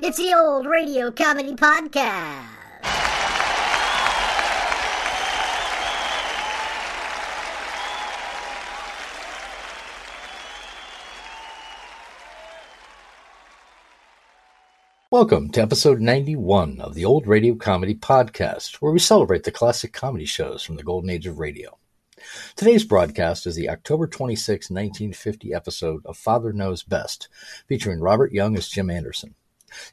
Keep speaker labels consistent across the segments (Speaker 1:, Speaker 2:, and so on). Speaker 1: It's the old radio comedy podcast.
Speaker 2: Welcome to episode 91 of the Old Radio Comedy Podcast, where we celebrate the classic comedy shows from the golden age of radio. Today's broadcast is the October 26, 1950 episode of Father Knows Best, featuring Robert Young as Jim Anderson.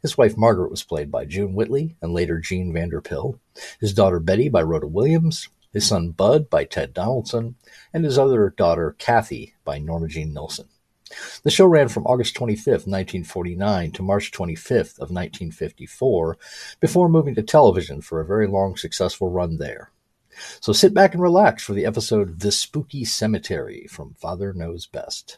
Speaker 2: His wife Margaret was played by June Whitley and later Jean Vanderpill, his daughter Betty by Rhoda Williams, his son Bud by Ted Donaldson, and his other daughter Kathy by Norma Jean Nilsson. The show ran from August 25th, 1949 to March 25th of 1954 before moving to television for a very long successful run there. So sit back and relax for the episode The Spooky Cemetery from Father Knows Best.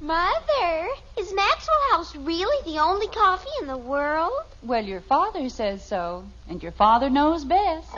Speaker 3: Mother, is Maxwell House really the only coffee in the world?
Speaker 4: Well, your father says so, and your father knows best.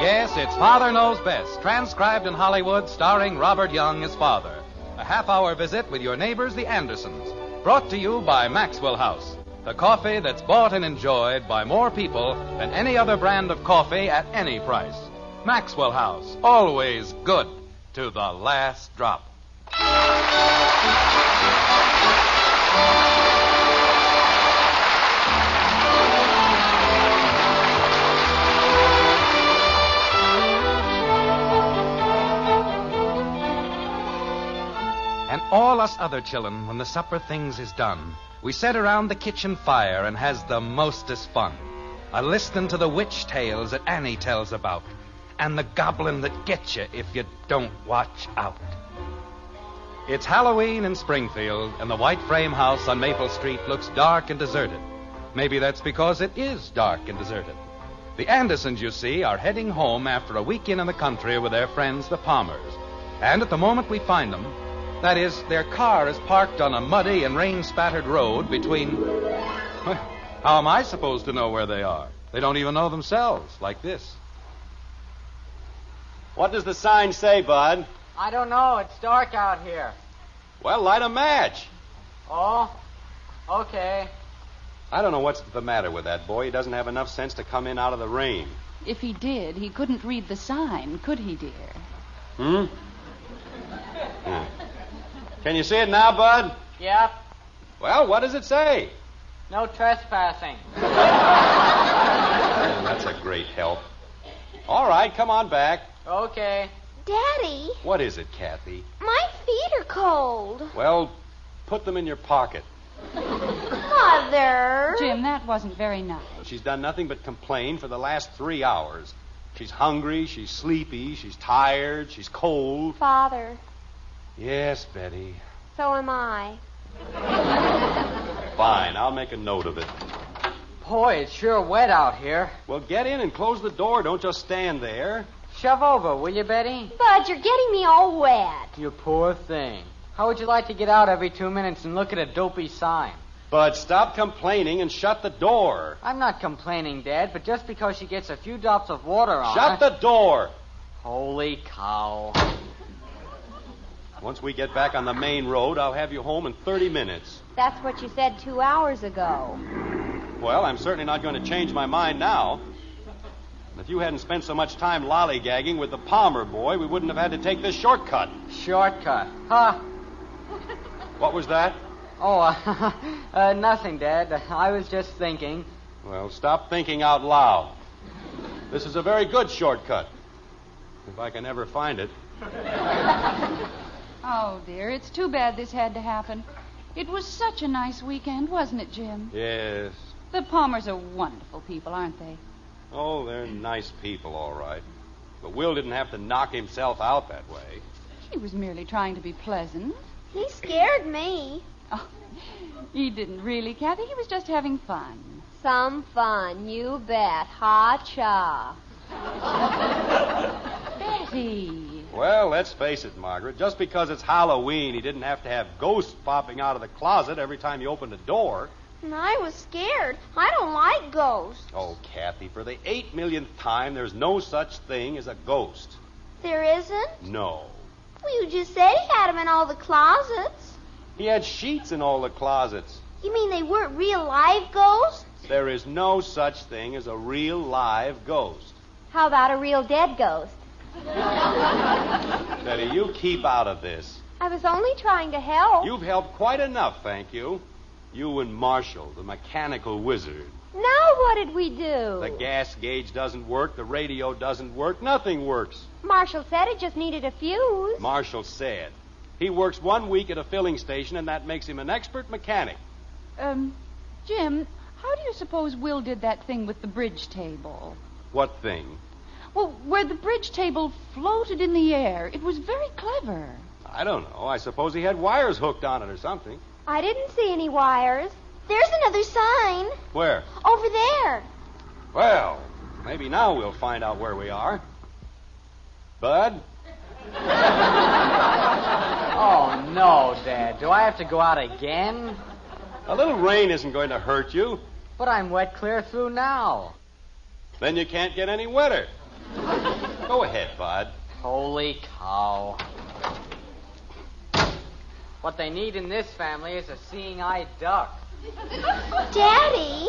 Speaker 5: Yes, it's Father Knows Best, transcribed in Hollywood, starring Robert Young as father. A half hour visit with your neighbors, the Andersons. Brought to you by Maxwell House, the coffee that's bought and enjoyed by more people than any other brand of coffee at any price. Maxwell House, always good to the last drop. And all us other children, when the supper things is done, we set around the kitchen fire and has the mostest fun. A listening to the witch tales that Annie tells about, and the goblin that gets you if you don't watch out. It's Halloween in Springfield, and the white frame house on Maple Street looks dark and deserted. Maybe that's because it is dark and deserted. The Andersons, you see, are heading home after a weekend in the country with their friends, the Palmers. And at the moment we find them, that is, their car is parked on a muddy and rain spattered road between. How am I supposed to know where they are? They don't even know themselves, like this.
Speaker 6: What does the sign say, Bud?
Speaker 7: I don't know. It's dark out here.
Speaker 6: Well, light a match.
Speaker 7: Oh, okay.
Speaker 6: I don't know what's the matter with that boy. He doesn't have enough sense to come in out of the rain.
Speaker 4: If he did, he couldn't read the sign, could he, dear?
Speaker 6: Hmm? Hmm. Can you see it now, Bud?
Speaker 7: Yep.
Speaker 6: Well, what does it say?
Speaker 7: No trespassing.
Speaker 6: Well, that's a great help. All right, come on back.
Speaker 7: Okay.
Speaker 3: Daddy,
Speaker 6: What is it, Kathy?
Speaker 3: my feet are cold.
Speaker 6: Well, put them in your pocket.
Speaker 3: Mother.
Speaker 4: Jim, that wasn't very nice.
Speaker 6: She's done nothing but complain for the last three hours. She's hungry, she's sleepy, she's tired, she's cold.
Speaker 3: Father,
Speaker 6: Yes, Betty.
Speaker 3: so am I.
Speaker 6: Fine, I'll make a note of it.
Speaker 7: Boy, it's sure wet out here.
Speaker 6: Well, get in and close the door. Don't just stand there.
Speaker 7: Shove over, will you, Betty?
Speaker 3: Bud, you're getting me all wet.
Speaker 7: You poor thing. How would you like to get out every two minutes and look at a dopey sign?
Speaker 6: Bud, stop complaining and shut the door.
Speaker 7: I'm not complaining, Dad, but just because she gets a few drops of water on
Speaker 6: Shut the door.
Speaker 7: Holy cow.
Speaker 6: Once we get back on the main road, I'll have you home in 30 minutes.
Speaker 3: That's what you said two hours ago.
Speaker 6: Well, I'm certainly not going to change my mind now. And if you hadn't spent so much time lollygagging with the Palmer boy, we wouldn't have had to take this shortcut.
Speaker 7: Shortcut. Huh?
Speaker 6: What was that?
Speaker 7: Oh, uh, uh, nothing, Dad. I was just thinking.
Speaker 6: Well, stop thinking out loud. This is a very good shortcut. If I can ever find it.
Speaker 4: Oh, dear, it's too bad this had to happen. It was such a nice weekend, wasn't it, Jim?
Speaker 6: Yes.
Speaker 4: The Palmers are wonderful people, aren't they?
Speaker 6: Oh, they're nice people, all right. But Will didn't have to knock himself out that way.
Speaker 4: He was merely trying to be pleasant.
Speaker 3: He scared me.
Speaker 4: Oh, he didn't really, Kathy. He was just having fun.
Speaker 8: Some fun, you bet. Ha cha.
Speaker 4: Betty.
Speaker 6: Well, let's face it, Margaret. Just because it's Halloween, he didn't have to have ghosts popping out of the closet every time you opened the door.
Speaker 3: And I was scared. I don't like ghosts.
Speaker 6: Oh, Kathy, for the eight millionth time, there's no such thing as a ghost.
Speaker 3: There isn't?
Speaker 6: No.
Speaker 3: Well, you just said he had them in all the closets.
Speaker 6: He had sheets in all the closets.
Speaker 3: You mean they weren't real live ghosts?
Speaker 6: There is no such thing as a real live ghost.
Speaker 8: How about a real dead ghost?
Speaker 6: Betty, you keep out of this.
Speaker 8: I was only trying to help.
Speaker 6: You've helped quite enough, thank you. You and Marshall, the mechanical wizard.
Speaker 8: Now what did we do?
Speaker 6: The gas gauge doesn't work, the radio doesn't work, nothing works.
Speaker 8: Marshall said it just needed a fuse.
Speaker 6: Marshall said. He works one week at a filling station, and that makes him an expert mechanic.
Speaker 4: Um, Jim, how do you suppose Will did that thing with the bridge table?
Speaker 6: What thing?
Speaker 4: Well, where the bridge table floated in the air. It was very clever.
Speaker 6: I don't know. I suppose he had wires hooked on it or something.
Speaker 8: I didn't see any wires.
Speaker 3: There's another sign.
Speaker 6: Where?
Speaker 3: Over there.
Speaker 6: Well, maybe now we'll find out where we are. Bud?
Speaker 7: Oh, no, Dad. Do I have to go out again?
Speaker 6: A little rain isn't going to hurt you.
Speaker 7: But I'm wet clear through now.
Speaker 6: Then you can't get any wetter. Go ahead, Bud.
Speaker 7: Holy cow. What they need in this family is a seeing eye duck.
Speaker 3: Daddy,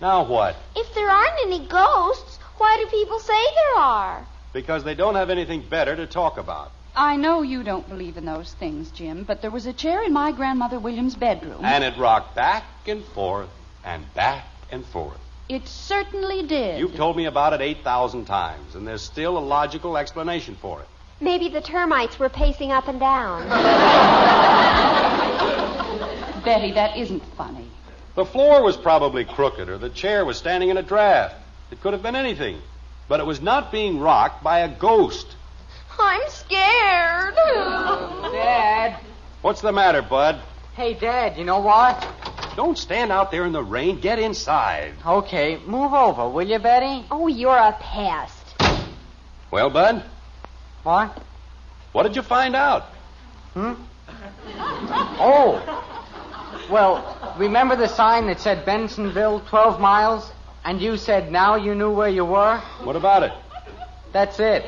Speaker 6: Now what?
Speaker 3: if there aren't any ghosts, why do people say there are?
Speaker 6: Because they don't have anything better to talk about.
Speaker 4: I know you don't believe in those things, Jim, but there was a chair in my grandmother Williams' bedroom.
Speaker 6: And it rocked back and forth and back and forth.
Speaker 4: It certainly did.
Speaker 6: You've told me about it 8,000 times, and there's still a logical explanation for it.
Speaker 8: Maybe the termites were pacing up and down.
Speaker 4: Betty, that isn't funny.
Speaker 6: The floor was probably crooked, or the chair was standing in a draft. It could have been anything. But it was not being rocked by a ghost.
Speaker 3: I'm scared.
Speaker 7: Dad.
Speaker 6: What's the matter, Bud?
Speaker 7: Hey, Dad, you know what?
Speaker 6: Don't stand out there in the rain. Get inside.
Speaker 7: Okay, move over, will you, Betty?
Speaker 8: Oh, you're a pest.
Speaker 6: Well, Bud,
Speaker 7: What?
Speaker 6: what did you find out?
Speaker 7: Hmm? Oh. Well, remember the sign that said Bensonville, 12 miles? And you said now you knew where you were?
Speaker 6: What about it?
Speaker 7: That's it.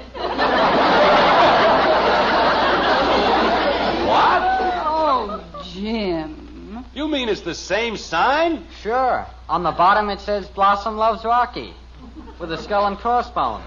Speaker 4: Oh, Jim.
Speaker 6: You mean it's the same sign?
Speaker 7: Sure. On the bottom it says Blossom loves Rocky with a skull and crossbones.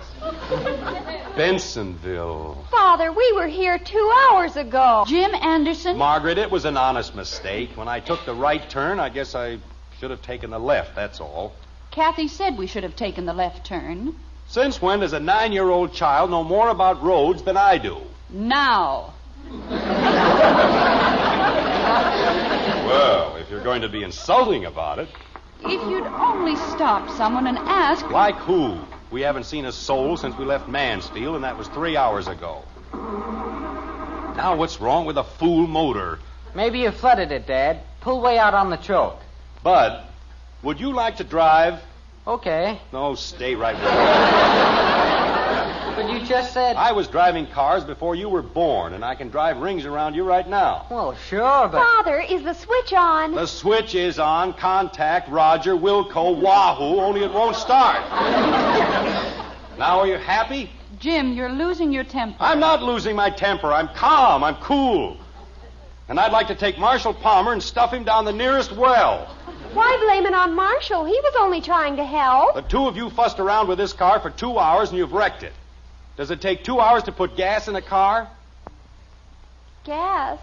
Speaker 6: Bensonville.
Speaker 8: Father, we were here two hours ago.
Speaker 4: Jim Anderson?
Speaker 6: Margaret, it was an honest mistake. When I took the right turn, I guess I should have taken the left, that's all.
Speaker 4: Kathy said we should have taken the left turn.
Speaker 6: Since when does a nine year old child know more about roads than I do?
Speaker 4: Now.
Speaker 6: Well, if you're going to be insulting about it.
Speaker 4: If you'd only stop someone and ask.
Speaker 6: Like who? We haven't seen a soul since we left Mansfield, and that was three hours ago. Now, what's wrong with a fool motor?
Speaker 7: Maybe you flooded it, Dad. Pull way out on the choke.
Speaker 6: Bud, would you like to drive?
Speaker 7: Okay.
Speaker 6: No, stay right where you are.
Speaker 7: But you just said.
Speaker 6: I was driving cars before you were born, and I can drive rings around you right now.
Speaker 7: Well, sure, but.
Speaker 8: Father, is the switch on?
Speaker 6: The switch is on. Contact Roger Wilco Wahoo, only it won't start. now, are you happy?
Speaker 4: Jim, you're losing your temper.
Speaker 6: I'm not losing my temper. I'm calm. I'm cool. And I'd like to take Marshall Palmer and stuff him down the nearest well.
Speaker 8: Why blame it on Marshall? He was only trying to help.
Speaker 6: The two of you fussed around with this car for two hours and you've wrecked it. Does it take two hours to put gas in a car?
Speaker 8: Guess.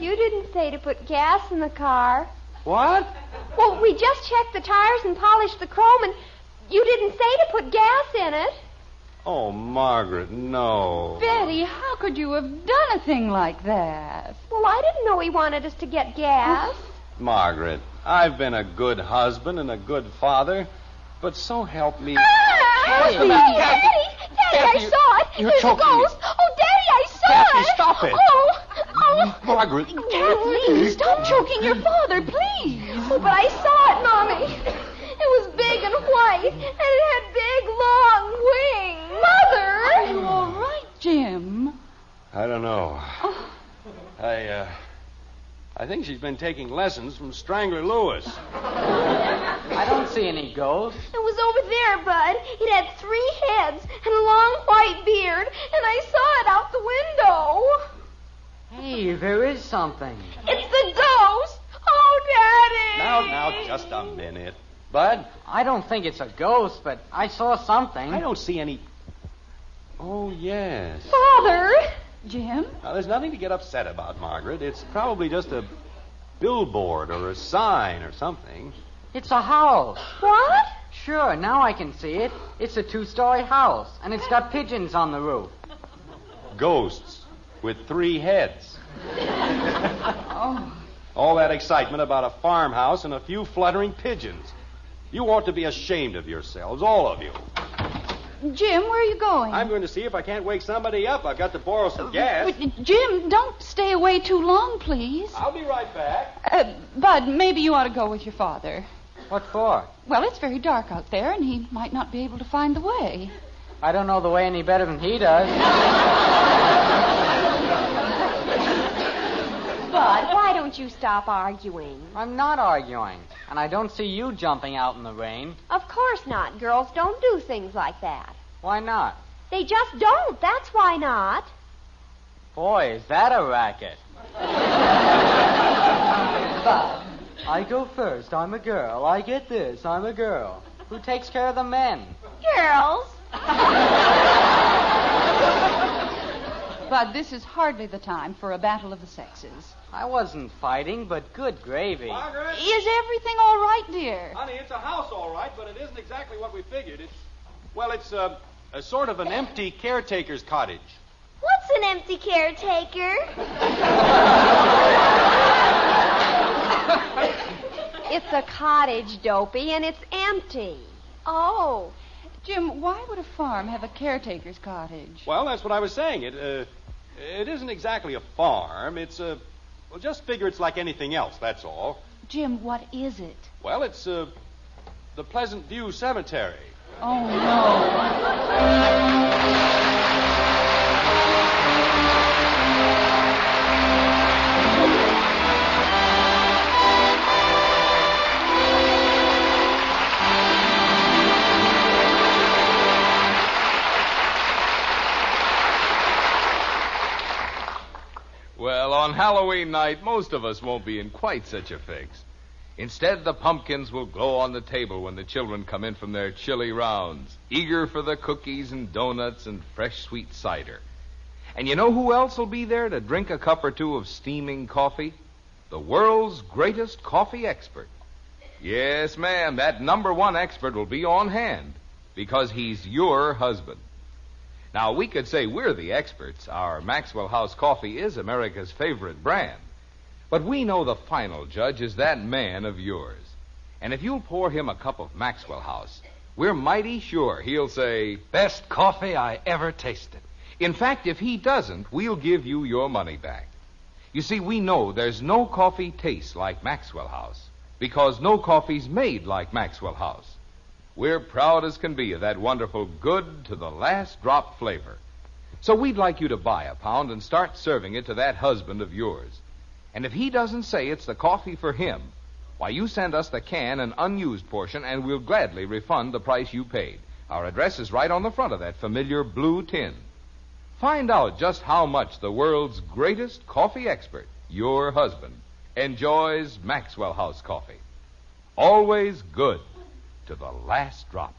Speaker 8: you didn't say to put gas in the car.
Speaker 6: What?
Speaker 8: Well, we just checked the tires and polished the chrome, and You didn't say to put gas in it.
Speaker 6: Oh, Margaret, no.
Speaker 4: Betty, how could you have done a thing like that?
Speaker 8: Well, I didn't know he wanted us to get gas.
Speaker 6: Margaret, I've been a good husband and a good father, but so help me.
Speaker 8: Daddy, Daddy,
Speaker 6: Daddy,
Speaker 8: Daddy, I saw it.
Speaker 6: you're
Speaker 8: There's a
Speaker 6: choking me.
Speaker 8: ghost. Oh, Daddy, I saw
Speaker 6: Kathy,
Speaker 8: it.
Speaker 6: stop it.
Speaker 8: Oh, oh.
Speaker 6: Margaret.
Speaker 8: Kathleen, stop choking your father, please. Oh, but I saw it, Mommy. It was big and white, and it had big, long wings. Mother!
Speaker 4: Are you all right, Jim?
Speaker 6: I don't know. Oh. I, uh, I think she's been taking lessons from Strangler Lewis.
Speaker 7: I don't see any gold.
Speaker 8: It was over there, Bud. It had three heads and a long white beard, and I saw it out the window.
Speaker 7: Hey, there is something.
Speaker 8: It's the ghost. Oh, Daddy!
Speaker 6: Now, now, just a minute. Bud,
Speaker 7: I don't think it's a ghost, but I saw something.
Speaker 6: I don't see any. Oh, yes.
Speaker 8: Father!
Speaker 4: Jim?
Speaker 6: Now, there's nothing to get upset about, Margaret. It's probably just a billboard or a sign or something.
Speaker 7: It's a house.
Speaker 8: What?
Speaker 7: Sure, now I can see it. It's a two-story house, and it's got pigeons on the roof.
Speaker 6: Ghosts with three heads. All that excitement about a farmhouse and a few fluttering pigeons. You ought to be ashamed of yourselves, all of you.
Speaker 4: Jim, where are you going?
Speaker 6: I'm going to see if I can't wake somebody up. I've got to borrow some gas.
Speaker 4: But, Jim, don't stay away too long, please.
Speaker 6: I'll be right back.
Speaker 4: Uh, Bud, maybe you ought to go with your father.
Speaker 7: What for?
Speaker 4: Well, it's very dark out there, and he might not be able to find the way.
Speaker 7: I don't know the way any better than he does.
Speaker 8: Bud, why don't you stop arguing?
Speaker 7: I'm not arguing, and I don't see you jumping out in the rain.
Speaker 8: Of course not. Girls don't do things like that.
Speaker 7: Why not?
Speaker 8: They just don't. That's why not.
Speaker 7: Boy, is that a racket. I go first. I'm a girl. I get this. I'm a girl. Who takes care of the men?
Speaker 8: Girls?
Speaker 4: Bud, this is hardly the time for a battle of the sexes.
Speaker 7: I wasn't fighting, but good gravy.
Speaker 6: Margaret!
Speaker 4: Is everything all right, dear?
Speaker 6: Honey, it's a house, all right, but it isn't exactly what we figured. It's, well, it's a, a sort of an empty caretaker's cottage.
Speaker 8: What's an empty caretaker? it's a cottage, Dopey, and it's empty. Oh.
Speaker 4: Jim, why would a farm have a caretaker's cottage?
Speaker 6: Well, that's what I was saying. It, uh, it isn't exactly a farm. It's a, well, just figure it's like anything else, that's all.
Speaker 4: Jim, what is it?
Speaker 6: Well, it's, uh, the Pleasant View Cemetery.
Speaker 4: Oh, no.
Speaker 9: Well, on Halloween night, most of us won't be in quite such a fix. Instead, the pumpkins will glow on the table when the children come in from their chilly rounds, eager for the cookies and donuts and fresh sweet cider. And you know who else will be there to drink a cup or two of steaming coffee? The world's greatest coffee expert. Yes, ma'am, that number one expert will be on hand because he's your husband. Now, we could say we're the experts. Our Maxwell House coffee is America's favorite brand. But we know the final judge is that man of yours. And if you'll pour him a cup of Maxwell House, we're mighty sure he'll say, Best coffee I ever tasted. In fact, if he doesn't, we'll give you your money back. You see, we know there's no coffee tastes like Maxwell House because no coffee's made like Maxwell House. We're proud as can be of that wonderful good to the last drop flavor. So we'd like you to buy a pound and start serving it to that husband of yours. And if he doesn't say it's the coffee for him, why, you send us the can and unused portion, and we'll gladly refund the price you paid. Our address is right on the front of that familiar blue tin. Find out just how much the world's greatest coffee expert, your husband, enjoys Maxwell House coffee. Always good to the last drop.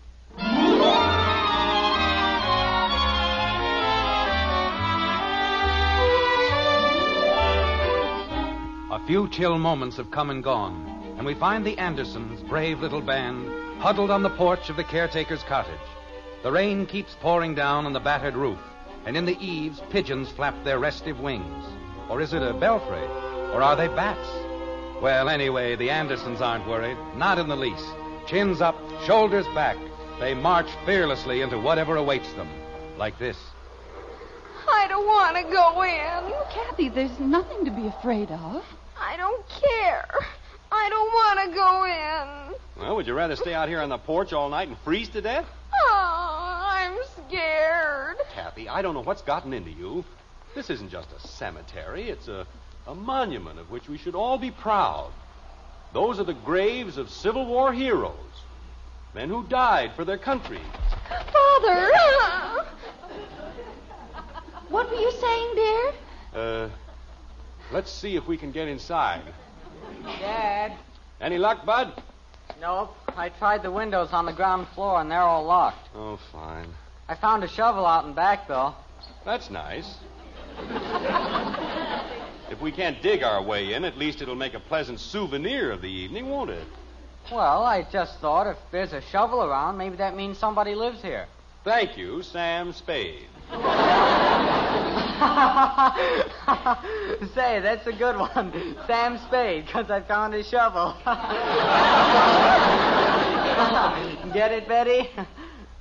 Speaker 5: A few chill moments have come and gone, and we find the Andersons' brave little band huddled on the porch of the caretaker's cottage. The rain keeps pouring down on the battered roof, and in the eaves, pigeons flap their restive wings. Or is it a belfry? Or are they bats? Well, anyway, the Andersons aren't worried, not in the least. Chins up, shoulders back, they march fearlessly into whatever awaits them, like this.
Speaker 8: I don't want to go in.
Speaker 4: Kathy, there's nothing to be afraid of.
Speaker 8: I don't care. I don't want to go in.
Speaker 6: Well, would you rather stay out here on the porch all night and freeze to death?
Speaker 8: Oh, I'm scared.
Speaker 6: Kathy, I don't know what's gotten into you. This isn't just a cemetery, it's a, a monument of which we should all be proud. Those are the graves of Civil War heroes, men who died for their country.
Speaker 8: Father!
Speaker 3: What were you saying, dear?
Speaker 6: Uh, let's see if we can get inside.
Speaker 7: Dad.
Speaker 6: Any luck, Bud?
Speaker 7: Nope. I tried the windows on the ground floor and they're all locked.
Speaker 6: Oh, fine.
Speaker 7: I found a shovel out in back, though.
Speaker 6: That's nice. If we can't dig our way in, at least it'll make a pleasant souvenir of the evening, won't it?
Speaker 7: Well, I just thought if there's a shovel around, maybe that means somebody lives here.
Speaker 6: Thank you, Sam Spade.
Speaker 7: Say, that's a good one. Sam Spade, 'cause I found his shovel. Get it, Betty?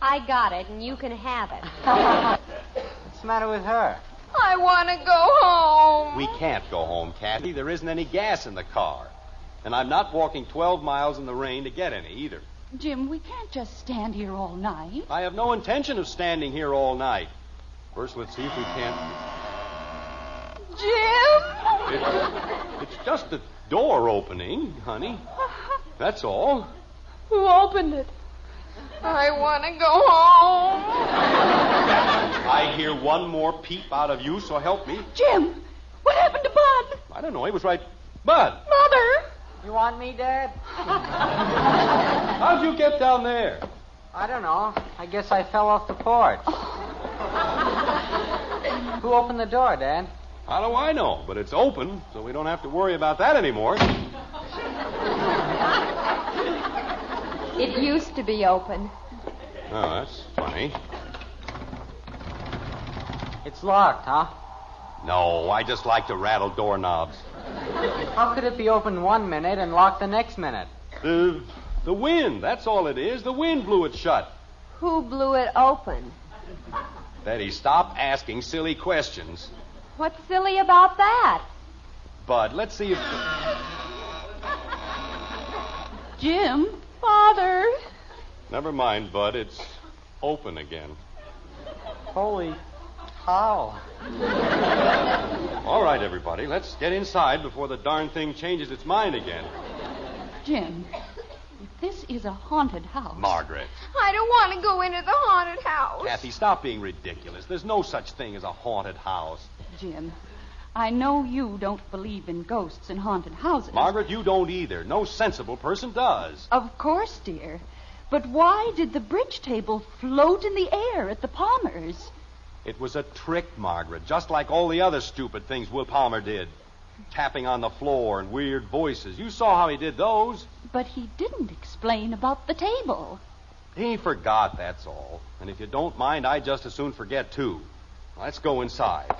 Speaker 10: I got it, and you can have it.
Speaker 7: What's the matter with her?
Speaker 8: I want to go home.
Speaker 6: We can't go home, Kathy. There isn't any gas in the car. And I'm not walking 12 miles in the rain to get any either.
Speaker 4: Jim, we can't just stand here all night.
Speaker 6: I have no intention of standing here all night. First, let's see if we can't.
Speaker 8: Jim?
Speaker 6: It's just the door opening, honey. That's all.
Speaker 8: Who opened it? I want to go home.
Speaker 6: I hear one more peep out of you, so help me.
Speaker 4: Jim, what happened to Bud?
Speaker 6: I don't know. He was right. Bud,
Speaker 8: Mother!
Speaker 7: You want me, Dad?
Speaker 6: how'd you get down there?
Speaker 7: I don't know. I guess I fell off the porch. Who opened the door, Dad?
Speaker 6: How do I know? But it's open, so we don't have to worry about that anymore.
Speaker 10: It used to be open.
Speaker 6: Oh, that's funny.
Speaker 7: It's locked, huh?
Speaker 6: No, I just like to rattle doorknobs.
Speaker 7: How could it be open one minute and locked the next minute?
Speaker 6: The, the wind, that's all it is. The wind blew it shut.
Speaker 10: Who blew it open?
Speaker 6: Betty, stop asking silly questions.
Speaker 10: What's silly about that?
Speaker 6: Bud, let's see if.
Speaker 4: Jim?
Speaker 8: Father!
Speaker 6: Never mind, Bud. It's open again.
Speaker 7: Holy cow.
Speaker 6: All right, everybody. Let's get inside before the darn thing changes its mind again.
Speaker 4: Jim, if this is a haunted house.
Speaker 6: Margaret.
Speaker 8: I don't want to go into the haunted house.
Speaker 6: Kathy, stop being ridiculous. There's no such thing as a haunted house.
Speaker 4: Jim, I know you don't believe in ghosts and haunted houses.
Speaker 6: Margaret, you don't either. No sensible person does.
Speaker 4: Of course, dear. But why did the bridge table float in the air at the Palmers?
Speaker 6: It was a trick, Margaret, just like all the other stupid things Will Palmer did. Tapping on the floor and weird voices. You saw how he did those.
Speaker 4: But he didn't explain about the table.
Speaker 6: He forgot, that's all. And if you don't mind, I just as soon forget, too. Let's go inside.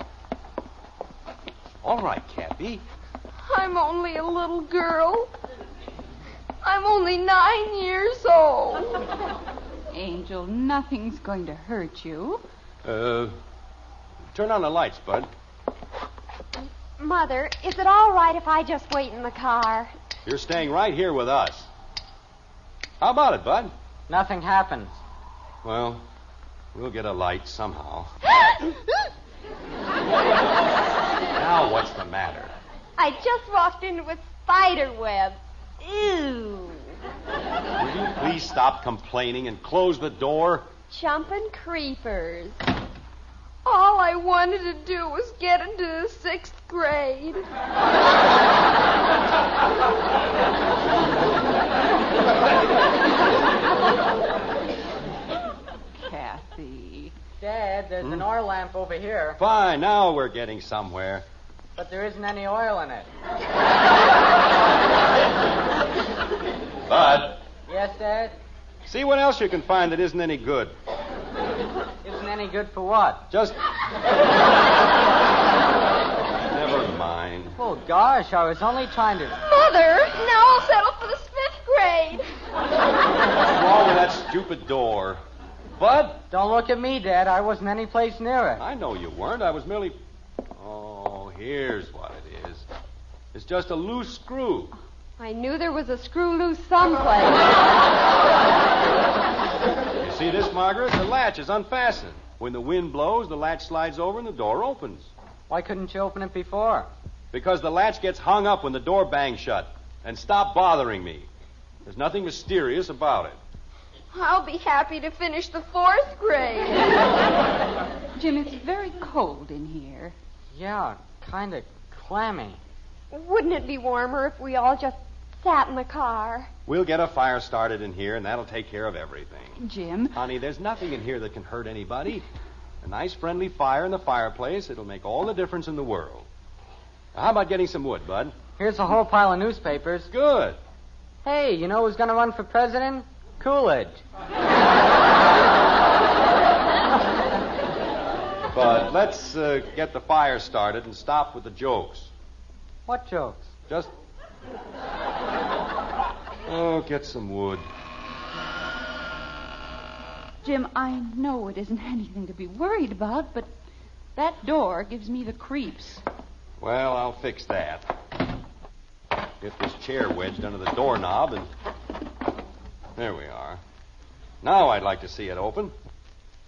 Speaker 6: All right, Kathy.
Speaker 8: I'm only a little girl. I'm only nine years old.
Speaker 4: Angel, nothing's going to hurt you.
Speaker 6: Uh, turn on the lights, Bud.
Speaker 10: Mother, is it all right if I just wait in the car?
Speaker 6: You're staying right here with us. How about it, Bud?
Speaker 7: Nothing happens.
Speaker 6: Well, we'll get a light somehow. now, what's the matter?
Speaker 10: I just walked into a spider web. Ew.
Speaker 6: Will you please stop complaining and close the door?
Speaker 10: Jumping creepers.
Speaker 8: All I wanted to do was get into the sixth grade.
Speaker 4: Kathy.
Speaker 7: Dad, there's an oil lamp over here,
Speaker 6: Fine, now we're getting somewhere.
Speaker 7: but there isn't any oil in it.
Speaker 6: Bud,
Speaker 7: Yes, Dad?
Speaker 6: See what else you can find that isn't any good.
Speaker 7: Isn't any good for what?
Speaker 6: Just. Never mind.
Speaker 7: Well, Oh, gosh, I was only trying to.
Speaker 8: Mother, now I'll settle for this fifth grade.
Speaker 6: What's wrong with that stupid door? Bud?
Speaker 7: Don't look at me, Dad. I wasn't any place near it.
Speaker 6: I know you weren't. I was merely. Oh, here's what it is. It's just a loose screw.
Speaker 8: I knew there was a screw loose someplace.
Speaker 6: You see this, Margaret? The latch is unfastened. When the wind blows, the latch slides over and the door opens.
Speaker 7: Why couldn't you open it before?
Speaker 6: Because the latch gets hung up when the door bangs shut. And stop bothering me. There's nothing mysterious about it.
Speaker 8: I'll be happy to finish the fourth grade.
Speaker 4: Jim, it's very cold in here.
Speaker 7: Yeah, kind of clammy.
Speaker 8: Wouldn't it be warmer if we all just sat in the car?
Speaker 6: We'll get a fire started in here, and that'll take care of everything.
Speaker 4: Jim?
Speaker 6: Honey, there's nothing in here that can hurt anybody. A nice, friendly fire in the fireplace, it'll make all the difference in the world. Now, how about getting some wood, Bud?
Speaker 7: Here's a whole pile of newspapers.
Speaker 6: Good.
Speaker 7: Hey, you know who's going to run for president? Coolidge.
Speaker 6: But let's uh, get the fire started and stop with the jokes.
Speaker 7: What jokes?
Speaker 6: Just. Oh, get some wood.
Speaker 4: Jim, I know it isn't anything to be worried about, but that door gives me the creeps.
Speaker 6: Well, I'll fix that. Get this chair wedged under the doorknob and. There we are. Now I'd like to see it open.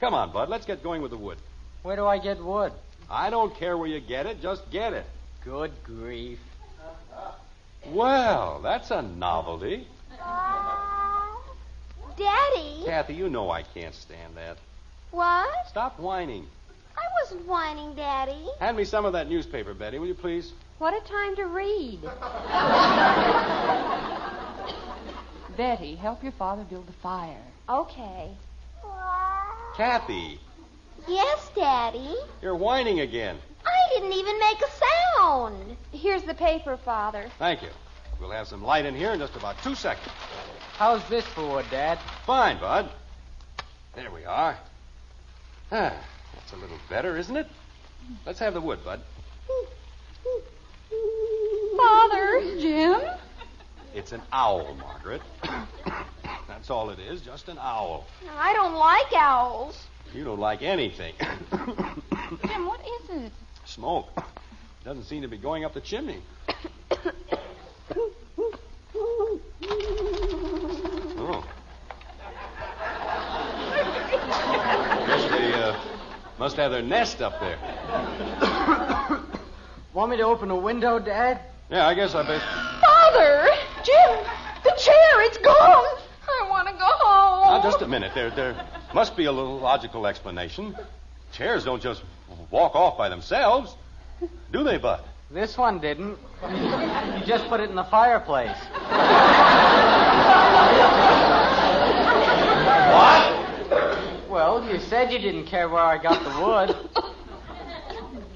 Speaker 6: Come on, Bud, let's get going with the wood.
Speaker 7: Where do I get wood?
Speaker 6: I don't care where you get it, just get it.
Speaker 7: Good grief.
Speaker 6: Well, that's a novelty.
Speaker 3: Uh, Daddy.
Speaker 6: Kathy, you know I can't stand that.
Speaker 3: What?
Speaker 6: Stop whining.
Speaker 3: I wasn't whining, Daddy.
Speaker 6: Hand me some of that newspaper, Betty, will you please?
Speaker 8: What a time to read.
Speaker 4: Betty, help your father build the fire.
Speaker 8: Okay.
Speaker 6: Kathy,
Speaker 3: Yes, Daddy.
Speaker 6: you're whining again.
Speaker 3: I didn't even make a sound.
Speaker 8: Here's the paper, Father.
Speaker 6: Thank you. We'll have some light in here in just about two seconds.
Speaker 7: How's this for wood, Dad?
Speaker 6: Fine, Bud. There we are. Ah, that's a little better, isn't it? Let's have the wood, Bud.
Speaker 8: Father,
Speaker 4: Jim?
Speaker 6: It's an owl, Margaret. that's all it is, just an owl.
Speaker 8: I don't like owls.
Speaker 6: You don't like anything.
Speaker 4: Jim, what is it?
Speaker 6: Smoke. Doesn't seem to be going up the chimney. Oh. Guess they uh, must have their nest up there.
Speaker 7: Want me to open a window, Dad?
Speaker 6: Yeah, I guess I bet.
Speaker 8: Father! Jim! The chair, it's gone! I want to go home.
Speaker 6: Now, uh, just a minute. There, there must be a little logical explanation. Chairs don't just walk off by themselves, do they, Bud?
Speaker 7: This one didn't. you just put it in the fireplace.
Speaker 6: What?
Speaker 7: Well, you said you didn't care where I got the wood.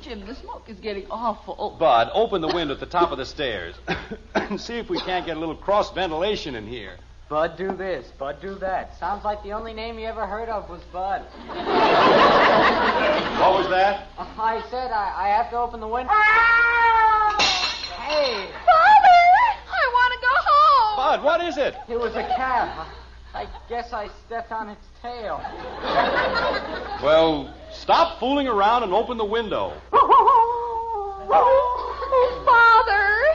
Speaker 4: Jim, the smoke is getting awful.
Speaker 6: Bud, open the window at the top of the stairs and see if we can't get a little cross ventilation in here.
Speaker 7: Bud, do this. Bud, do that. Sounds like the only name you ever heard of was Bud.
Speaker 6: What was that?
Speaker 7: Uh, I said I, I have to open the window. hey,
Speaker 8: Father! I want to go home.
Speaker 6: Bud, what is it?
Speaker 7: it was a calf. I guess I stepped on its tail.
Speaker 6: Well, stop fooling around and open the window.
Speaker 8: Oh, Father!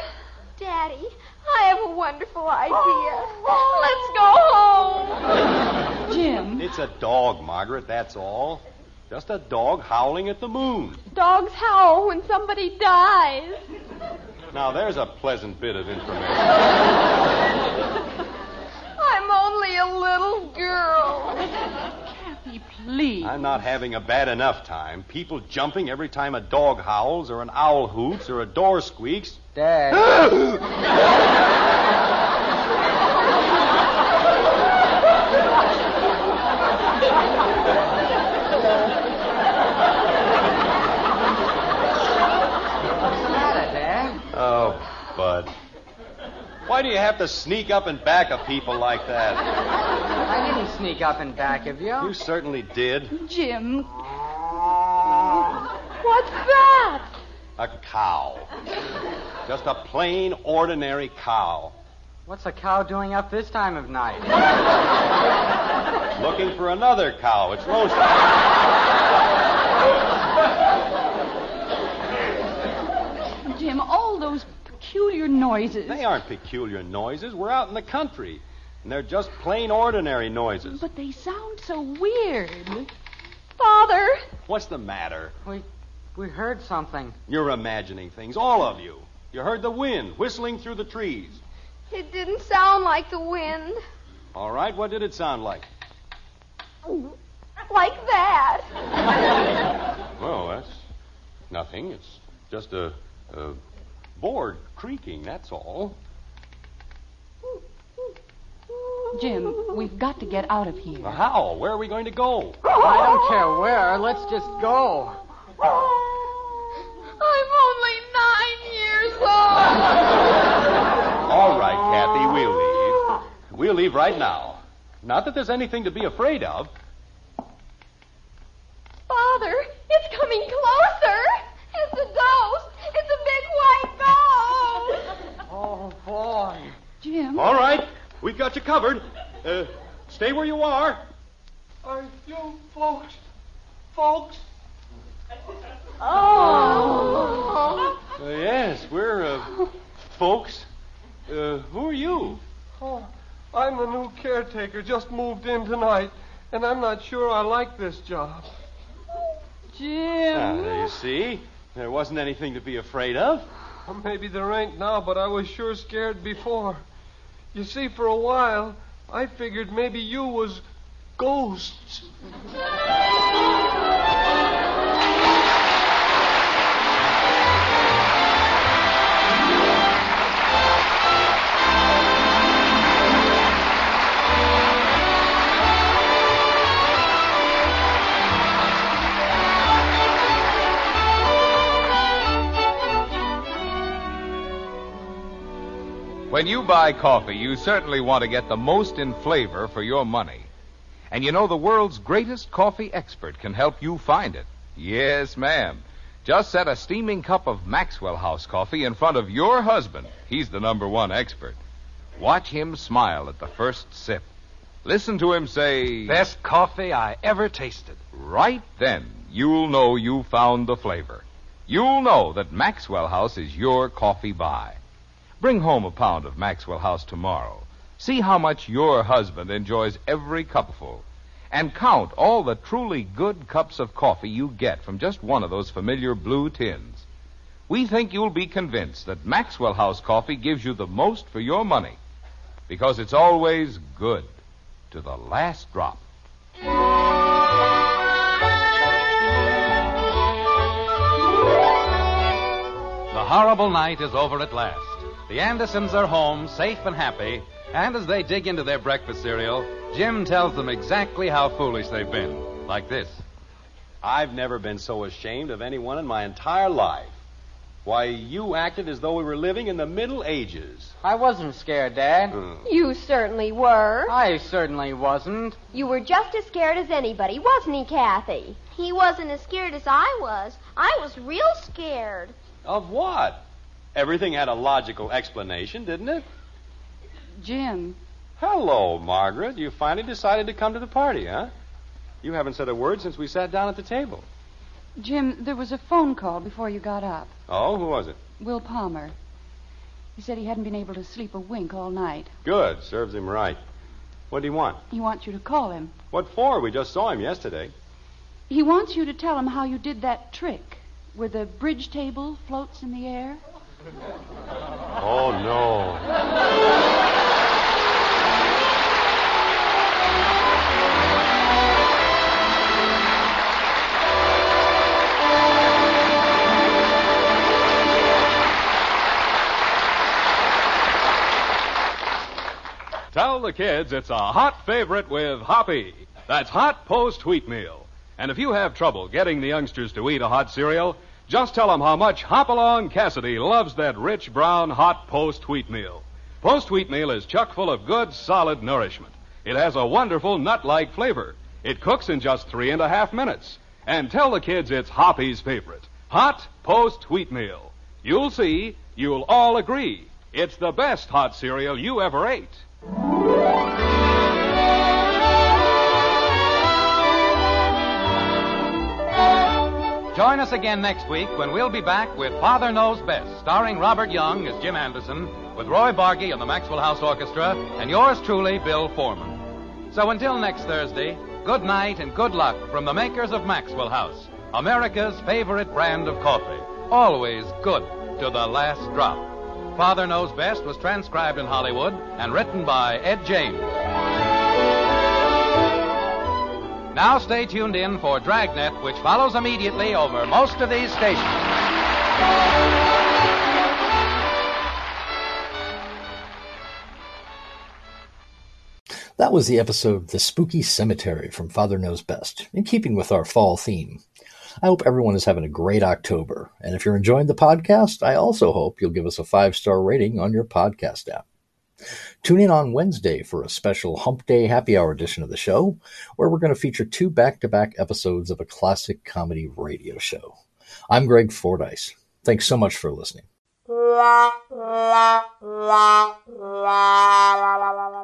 Speaker 3: Daddy.
Speaker 8: I have a wonderful idea. Let's go home.
Speaker 4: Jim,
Speaker 6: It's a dog, Margaret, that's all. Just a dog howling at the moon.
Speaker 8: Dogs howl when somebody dies.
Speaker 6: Now, there's a pleasant bit of information.
Speaker 8: I'm only a little girl.
Speaker 4: Kathy, please.
Speaker 6: I'm not having a bad enough time. People jumping every time a dog howls, or an owl hoots, or a door squeaks.
Speaker 7: Dad, what's the matter, Dad?
Speaker 6: Oh, Bud. Why do you have to sneak up and back of people like that?
Speaker 7: I didn't sneak up and back of you.
Speaker 6: You certainly did.
Speaker 4: Jim.
Speaker 8: What's that?
Speaker 6: A cow. Just a plain, ordinary cow.
Speaker 7: What's a cow doing up this time of night?
Speaker 6: Looking for another cow. It's roasting.
Speaker 4: Jim, all those peculiar noises.
Speaker 6: They aren't peculiar noises. We're out in the country, and they're just plain, ordinary noises.
Speaker 4: But they sound so weird.
Speaker 8: Father.
Speaker 6: What's the matter?
Speaker 7: We, we heard something.
Speaker 6: You're imagining things, all of you. You heard the wind whistling through the trees.
Speaker 8: It didn't sound like the wind.
Speaker 6: All right, what did it sound like?
Speaker 8: Like that.
Speaker 6: Well, that's nothing. It's just a, a board creaking, that's all.
Speaker 4: Jim, we've got to get out of here.
Speaker 6: How? Where are we going to go?
Speaker 7: I don't care where. Let's just go.
Speaker 8: Oh, I'm only nine years old.
Speaker 6: All right, Kathy, we'll leave. We'll leave right now. Not that there's anything to be afraid of.
Speaker 8: Father, it's coming closer. It's a ghost. It's a big white ghost.
Speaker 7: Oh, boy.
Speaker 4: Jim.
Speaker 6: All right, we've got you covered. Uh, stay where you are.
Speaker 11: Are you folks, folks?
Speaker 8: Oh.
Speaker 6: Uh, yes, we're uh, folks. Uh, who are you?
Speaker 11: Oh, I'm the new caretaker, just moved in tonight, and I'm not sure I like this job.
Speaker 9: Uh,
Speaker 4: Jim.
Speaker 6: Ah, there you see. There wasn't anything to be afraid of.
Speaker 11: Well, Maybe there ain't now, but I was sure scared before. You see, for a while, I figured maybe you was ghosts.
Speaker 9: When you buy coffee, you certainly want to get the most in flavor for your money. And you know the world's greatest coffee expert can help you find it. Yes, ma'am. Just set a steaming cup of Maxwell House coffee in front of your husband. He's the number one expert. Watch him smile at the first sip. Listen to him say,
Speaker 5: Best coffee I ever tasted.
Speaker 9: Right then, you'll know you found the flavor. You'll know that Maxwell House is your coffee buy. Bring home a pound of Maxwell House tomorrow. See how much your husband enjoys every cupful. And count all the truly good cups of coffee you get from just one of those familiar blue tins. We think you'll be convinced that Maxwell House coffee gives you the most for your money because it's always good to the last drop.
Speaker 5: The horrible night is over at last. The Andersons are home, safe and happy, and as they dig into their breakfast cereal, Jim tells them exactly how foolish they've been. Like this.
Speaker 6: I've never been so ashamed of anyone in my entire life. Why, you acted as though we were living in the Middle Ages.
Speaker 7: I wasn't scared, Dad.
Speaker 8: You certainly were.
Speaker 7: I certainly wasn't.
Speaker 8: You were just as scared as anybody, wasn't he, Kathy?
Speaker 3: He wasn't as scared as I was. I was real scared.
Speaker 6: Of what? Everything had a logical explanation, didn't it?
Speaker 4: Jim.
Speaker 6: Hello, Margaret. You finally decided to come to the party, huh? You haven't said a word since we sat down at the table.
Speaker 4: Jim, there was a phone call before you got up.
Speaker 6: Oh, who was it?
Speaker 4: Will Palmer. He said he hadn't been able to sleep a wink all night.
Speaker 6: Good. Serves him right. What do you want?
Speaker 4: He wants you to call him.
Speaker 6: What for? We just saw him yesterday.
Speaker 4: He wants you to tell him how you did that trick where the bridge table floats in the air.
Speaker 6: Oh, no.
Speaker 9: Tell the kids it's a hot favorite with Hoppy. That's hot post wheat meal. And if you have trouble getting the youngsters to eat a hot cereal, just tell them how much Hopalong Cassidy loves that rich brown hot post wheat meal. Post wheat meal is chock full of good, solid nourishment. It has a wonderful nut like flavor. It cooks in just three and a half minutes. And tell the kids it's Hoppy's favorite hot post wheat meal. You'll see, you'll all agree. It's the best hot cereal you ever ate.
Speaker 5: Join us again next week when we'll be back with Father Knows Best, starring Robert Young as Jim Anderson, with Roy Bargy and the Maxwell House Orchestra, and yours truly, Bill Foreman. So until next Thursday, good night and good luck from the makers of Maxwell House, America's favorite brand of coffee. Always good to the last drop. Father Knows Best was transcribed in Hollywood and written by Ed James. Now stay tuned in for Dragnet, which follows immediately over most of these stations.
Speaker 2: That was the episode The Spooky Cemetery from Father Knows Best, in keeping with our fall theme. I hope everyone is having a great October. And if you're enjoying the podcast, I also hope you'll give us a five star rating on your podcast app. Tune in on Wednesday for a special Hump Day Happy Hour edition of the show, where we're going to feature two back to back episodes of a classic comedy radio show. I'm Greg Fordyce. Thanks so much for listening.
Speaker 8: La la la la la la la la.